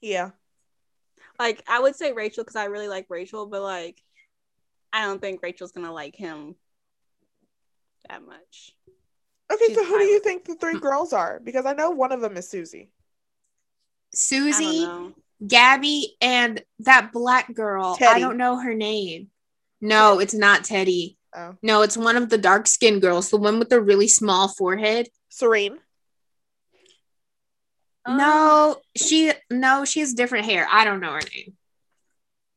S2: Yeah.
S3: Like I would say Rachel because I really like Rachel, but like I don't think Rachel's gonna like him that much.
S2: Okay,
S3: She's
S2: so who do you
S3: Violet.
S2: think the three girls are? Because I know one of them is Susie.
S3: I don't
S1: Susie,
S3: know.
S1: Gabby, and that black girl. I
S2: Teddy.
S1: don't know her name. No, it's not Teddy.
S2: Oh.
S1: No, it's one of the dark skinned girls, the one with the really small forehead.
S2: Serene.
S1: Oh. no, she no, she has different hair. I don't know her name.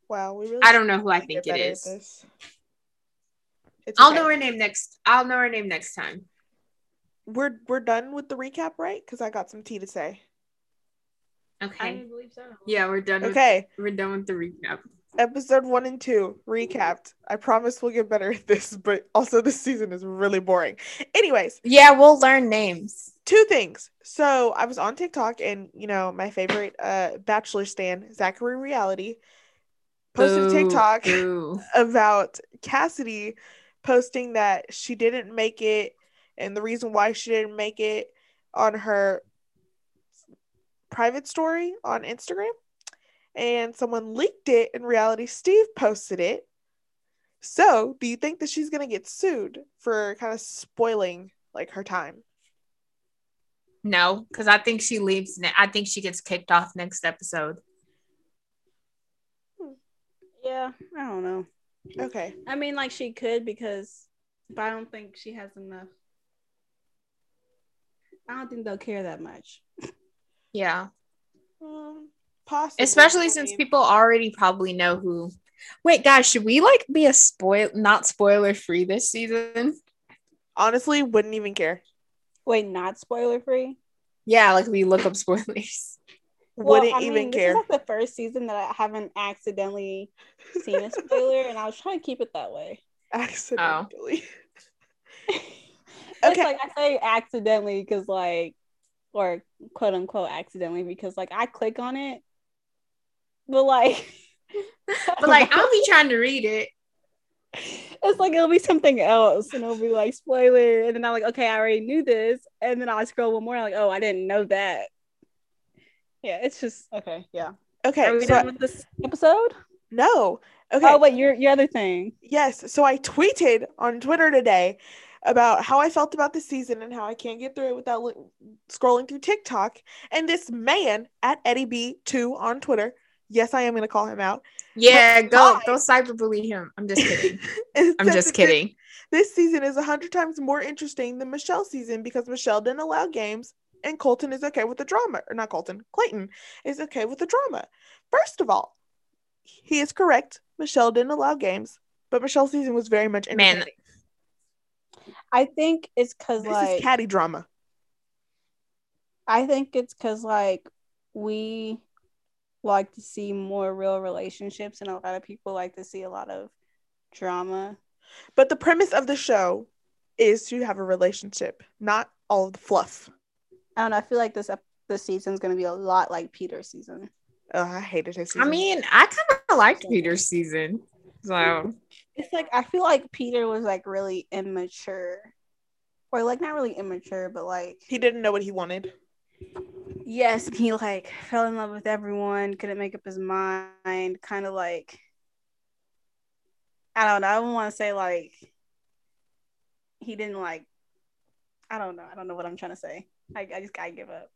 S2: Wow, we really
S1: I don't know who I
S2: need to
S1: think
S2: get
S1: it
S2: better at
S1: is.
S2: this. It's
S1: I'll
S2: okay.
S1: know her name next. I'll know her name next time.
S2: We're we're done with the recap, right? Because I got some tea to say.
S1: Okay.
S3: believe so.
S1: Yeah, we're done.
S2: Okay.
S1: With, we're done with the recap.
S2: episode one and two recapped. I promise we'll get better at this, but also this season is really boring. Anyways,
S1: Yeah, we'll learn names.
S2: two things. So I was on TikTok, and you know my favorite uh bachelor stand Zachary Reality posted a TikTok
S1: Boo.
S2: about Cassidy posting that she didn't make it, and the reason why she didn't make it on her private story on Instagram. And someone leaked it, and reality Steve posted it. So, do you think that she's gonna get sued for kind of spoiling like her time?
S1: No, because I think she leaves. Ne- I think she gets kicked off next episode.
S3: Yeah, I don't know.
S2: Okay,
S3: I mean, like she could because, but I don't think she has enough. I don't think they'll care that much.
S1: Yeah.
S2: Um, possibly.
S1: Especially
S2: I
S1: since
S2: mean,
S1: people already probably know who. Wait, guys, should we like be a spoil not spoiler free this season?
S2: honestly wouldn't even care.
S3: Wait, not spoiler free.
S1: Yeah, like we look up spoilers.
S2: wouldn't even
S3: this
S2: care.
S3: Is like the first season that I haven't accidentally seen a spoiler, and I was trying to keep it that way.
S2: Accidentally.
S3: It's
S2: Okay.
S3: like I say accidentally because like, or quote unquote accidentally because like I click on it, but like,
S1: But like I'll be trying to read it.
S3: it's like it'll be something else, and it'll be like spoiler, and then I'm like, okay, I already knew this, and then I scroll one more, and I'm like, oh, I didn't know that. Yeah, it's just okay. Yeah,
S2: Okay.
S3: Oh. are we
S2: so I-
S3: done with this episode?
S2: no. Okay.
S3: Oh wait, your your other thing.
S2: Yes. So I tweeted on Twitter today about how I felt about the season and how I can't get through it without li- scrolling through TikTok. And this man at Eddie B2 on Twitter, yes, I am going to call him out.
S1: Yeah, go
S2: why?
S1: go cyberbully him. I'm just kidding. I'm just
S2: said that this-
S1: kidding.
S2: This season is 100 times more interesting than Michelle's season because Michelle didn't allow games and Colton is okay with the drama. Or not Colton, Clayton is okay with the drama. First of all, he is correct. Michelle didn't allow games, but Michelle's season was very much
S1: Man.
S2: entertaining.
S3: I think it's because
S2: this
S3: like
S2: is catty drama.
S3: I think it's because like we like to see more real relationships, and a lot of people like to see a lot of drama.
S2: But the premise of the show is to have a relationship, not all of the fluff.
S3: I don't know. I feel like this ep- this season's gonna be a lot like Peter's season.
S2: Ugh, I hated his.
S1: I
S2: Season.
S1: mean, I kind of liked Peter's season. So
S3: It's like I feel like Peter was like really immature, or like not really immature, but like
S2: he didn't know what he wanted.
S3: yes, and he like fell in love with everyone, couldn't make up his mind, kind of like I don't know. I don't want to say like he didn't like. I don't know. I don't know what I'm trying to say. I, I just I give up.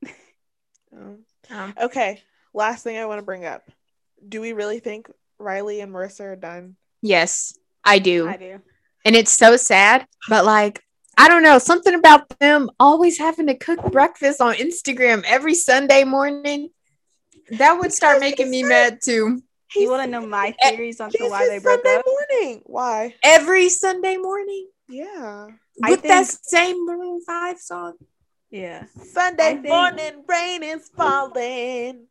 S2: Um,
S1: um,
S2: Okay, last thing I want to bring up: Do we really think Riley and Marissa are done?
S1: yes, I do.
S3: I do.
S1: and it's so sad but like i don't know something about them always having to cook breakfast on instagram every sunday morning that would start making me mad too
S3: you want to know my
S1: Eh,
S3: theories on to
S2: It's
S3: why
S2: his
S3: they broke
S2: Sunday
S3: up?
S2: morning. Why?
S1: every sunday morning
S2: Yeah,
S3: I
S1: with that
S3: think-
S1: same maroon 5 song
S3: Yeah.
S2: Sunday
S3: I think-
S2: morning, rain is falling.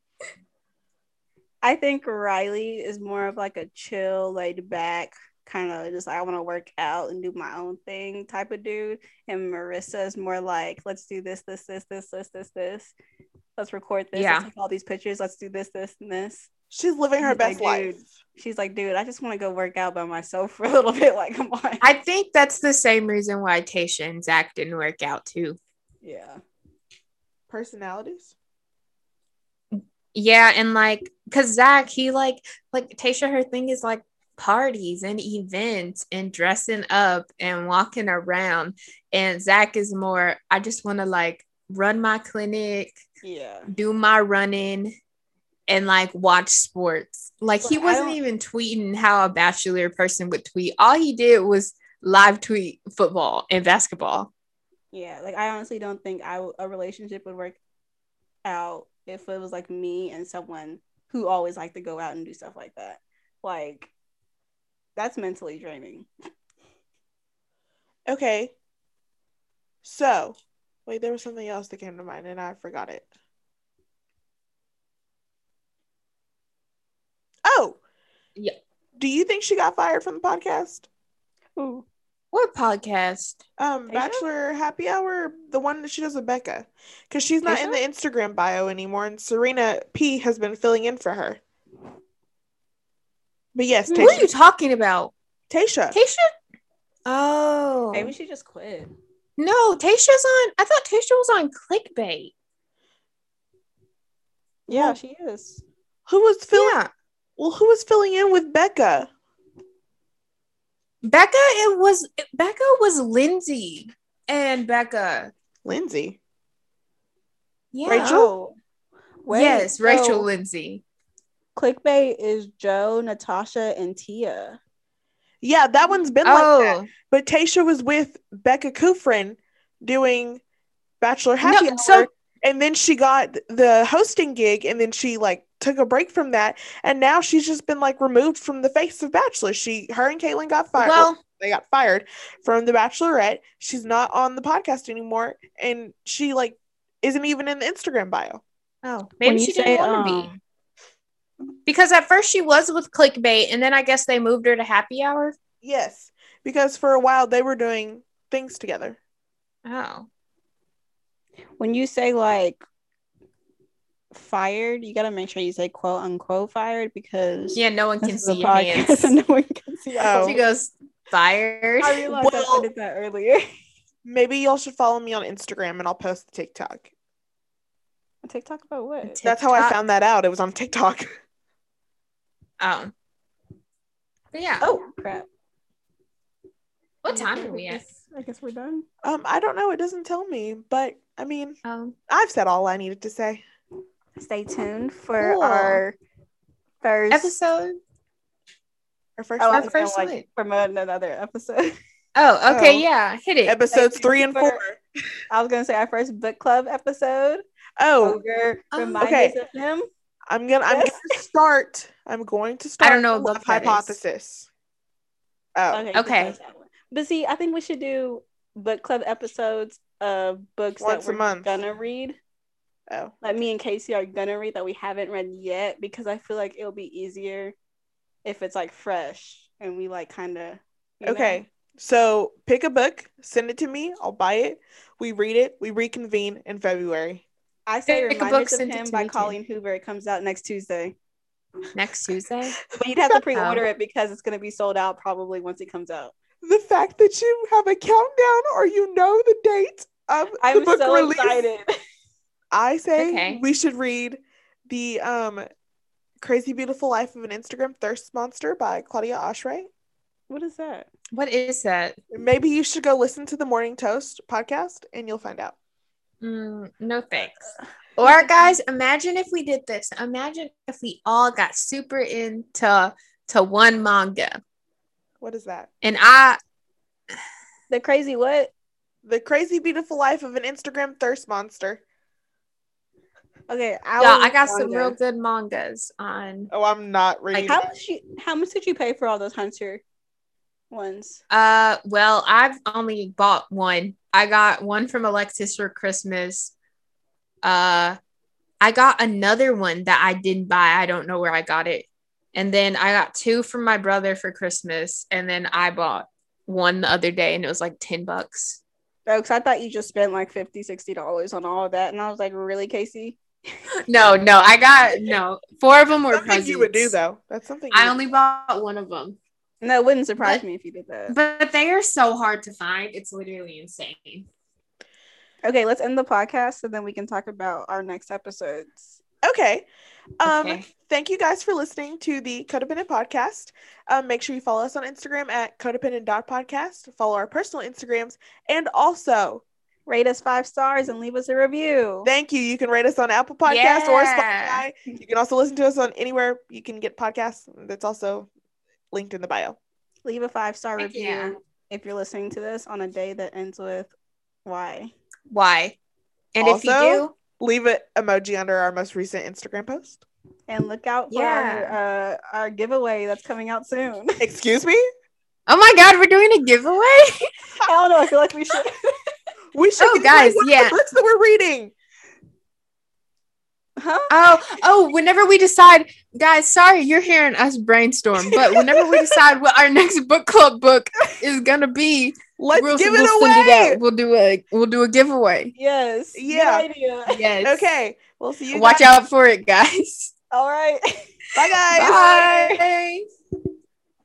S3: I think Riley is more of like a chill, laid back kind of just like, I want to work out and do my own thing type of dude. And Marissa is more like, let's do this, this, this, this, this, this, this. Let's record this.
S1: Yeah.
S3: Let's take all these pictures. Let's do this, this, and this.
S2: She's living her
S3: He's
S2: best
S3: like, dude.
S2: life.
S3: She's like, dude, I just want to go work out by myself for a little bit. Like, come on.
S1: i think that's the same reason why tasha and zach didn't work out too
S3: yeah.
S2: Personalities.
S1: yeah and like because zach he like like tasha her thing is like parties and events and dressing up and walking around and zach is more i just want to like run my clinic
S3: Yeah.
S1: do my running and like watch sports like he
S3: Like, I
S1: wasn't
S3: don't-
S1: even tweeting how a bachelor person would tweet all he did was live tweet football and basketball
S3: Yeah, like I honestly don't think I w- a relationship would work out if it was like me and someone who always like to go out and do stuff like that. Like that's mentally draining.
S2: Okay. So, wait, there was something else that came to mind and I forgot it. Oh.
S1: Yeah.
S2: Do you think she got fired from the podcast?
S3: Ooh.
S1: what podcast
S2: Um,
S3: Aisha?
S2: Bachelor Happy Hour, the one that she does with Becca, because she's not in the Instagram bio anymore, and Serena P has been filling in for her. But yes,
S1: what are
S2: Tasha.
S1: you talking about
S2: Tasha.
S1: tasha oh
S3: Maybe she just quit.
S1: No, Tasha's on. I thought Tasha was on clickbait.
S3: Yeah, she is.
S2: Who was filling?
S1: Yeah.
S2: Well, who was filling in with Becca?
S1: Becca, it was Becca was Lindsay and Becca.
S2: Lindsay.
S1: Yeah. oh.
S2: Rachel?
S3: Oh. Wait,
S1: yes, Rachel
S3: so
S1: Lindsay.
S3: Clickbait is Joe, Natasha, and Tia.
S2: Yeah, that Oh, one's been like that.
S1: Oh,
S2: But Tasha was with Becca Kufrin doing Bachelor Happy
S1: No,
S2: Hour.
S1: so-
S2: and then she got the hosting gig and then she like took a break from that and now she's just been like removed from the face of Bachelor. She her and Caitlyn got fired. well,
S1: Well,
S2: they got fired from the Bachelorette. She's not on the podcast anymore and she like isn't even in the Instagram bio.
S1: oh,
S3: When
S1: maybe
S3: you
S1: she didn't
S3: say,
S1: want to be
S3: um,
S1: because at first she was with clickbait, and then I guess they moved her to happy hour.
S2: Yes, because for a while they were doing things together.
S1: Oh,
S3: When you say like fired, you gotta make sure you say quote unquote fired because
S1: yeah, no one
S3: this
S1: can
S3: is a
S1: see your
S3: podcast
S1: hands.
S3: and no one can see. your
S2: Oh.
S1: She
S3: hands.
S1: goes fired.
S3: I realized I
S2: Well-
S3: did that earlier.
S2: Maybe y'all should follow me on Instagram and I'll post the TikTok.
S3: TikTok about what?
S2: That's how I
S1: TikTok.
S2: found that out. It was on TikTok.
S1: Oh, but yeah.
S3: Oh crap!
S1: What time are we at?
S3: I guess we're done.
S2: Um, I don't know. It doesn't tell me, but I mean,
S1: Um,
S2: I've said all I needed to say.
S3: Stay tuned for
S1: Cool.
S3: our first
S1: episode.
S2: Our first
S3: Oh,
S1: Our
S3: I was
S2: episode,
S3: gonna,
S1: first
S3: like
S1: one.
S3: promote another episode.
S1: Oh, okay,
S2: Oh.
S1: yeah, hit it.
S2: episodes three and
S3: Thank you
S2: four.
S3: for- I was gonna say our first book club episode.
S2: Oh,
S3: Ogre
S1: Oh,
S3: reminds
S2: okay.
S3: us of him.
S2: I'm gonna I'm
S3: Yes.
S2: gonna start. I'm going to
S1: I
S2: start.
S1: don't know
S2: a
S1: what
S2: love
S1: book that is.
S2: hypothesis. Oh,
S3: Okay. you
S1: Okay.
S3: can start that one. But see, I think we should do book club episodes of books
S2: Once a
S3: that we're
S2: month.
S3: gonna read.
S2: oh,
S3: Like me and Casey are gonna read that we haven't read yet because I feel like it'll be easier if it's like fresh and we like kind of.
S2: okay. So pick a book, send it to me. I'll buy it. We read it. We reconvene in February.
S3: I say
S1: Pick a book,
S3: reminders of
S1: send it
S3: him
S1: to
S3: by
S1: me, too.
S3: Colleen Hoover. It comes out next Tuesday,
S1: Next Tuesday.
S3: but you'd have to pre-order it because it's gonna be sold out probably once it comes out.
S2: The fact that you have a countdown or you know the date of
S3: I'm
S2: the book
S3: so
S2: release.
S3: excited.
S2: I say
S1: Okay.
S2: we should read the um Crazy Beautiful Life of an Instagram Thirst Monster by Claudia Ashray.
S3: What is that?
S1: What is that?
S2: Maybe you should go listen to the Morning Toast podcast and you'll find out.
S1: Mm, no thanks. Or guys, imagine if we did this. Imagine if we all got super into to one manga,
S2: What is that?
S1: and I
S3: The crazy what?
S2: The Crazy Beautiful Life of an Instagram Thirst Monster.
S3: Okay,
S1: y'all,
S3: will
S1: I got some
S3: wonder.
S1: real good mangas on.
S2: Oh, I'm not reading.
S3: How
S2: that.
S3: much? You, how much did you pay for all those hunter ones?
S1: Uh, well, I've only bought one. I got one from Alexis for Christmas. Uh, I got another one that I didn't buy. I don't know where I got it. And then I got two from my brother for Christmas, and then I bought one the other day, and it was like ten bucks.
S3: Oh, because I thought you just spent like 50 dollars on all of that, and I was like, really, Casey?
S1: No, no, I got no. Four of them were
S2: Something
S1: presents.
S2: you would do though. That's something. you
S1: I
S2: would-
S1: only bought one of them,
S3: No, it wouldn't surprise
S1: But-
S3: me if you did that.
S1: but they are so hard to find. It's literally insane.
S3: okay, let's end the podcast, and then we can talk about our next episodes.
S2: Okay. Um,
S1: Okay.
S2: thank you guys for listening to the Codependent Podcast. Um, make sure you follow us on Instagram at codependent.podcast, follow our personal Instagrams, and also
S3: Rate us five stars and leave us a review.
S2: Thank you. You can rate us on Apple Podcasts or
S1: Yeah.
S2: Spotify. You can also listen to us on anywhere you can get podcasts. That's also linked in the bio.
S3: leave a five star
S1: Heck
S3: review
S1: yeah.
S3: if you're listening to this on a day that ends with why.
S1: Why? And if you
S2: Also-
S1: do,
S2: Leave an emoji under our most recent Instagram post.
S3: And look out for
S1: Yeah.
S3: our, uh, our giveaway that's coming out soon.
S2: Excuse me?
S1: oh my God, we're doing a giveaway.
S3: I don't know. I feel like we should.
S2: We should
S1: Oh,
S2: give away
S1: guys,
S2: one of
S1: yeah.
S2: the books that we're reading.
S3: Huh?
S1: Oh, oh, whenever we decide, guys, sorry, you're hearing us brainstorm, but whenever we decide what our next book club book is gonna be,
S2: Let's
S1: we'll,
S2: give it
S1: we'll
S2: away.
S1: send it out. We'll do a we'll do a giveaway.
S3: Yes. good
S2: Yeah.
S3: idea.
S1: Yes.
S2: Okay. We'll see you
S1: Watch
S2: guys.
S1: out for it, guys.
S3: All right.
S2: Bye guys.
S1: Bye.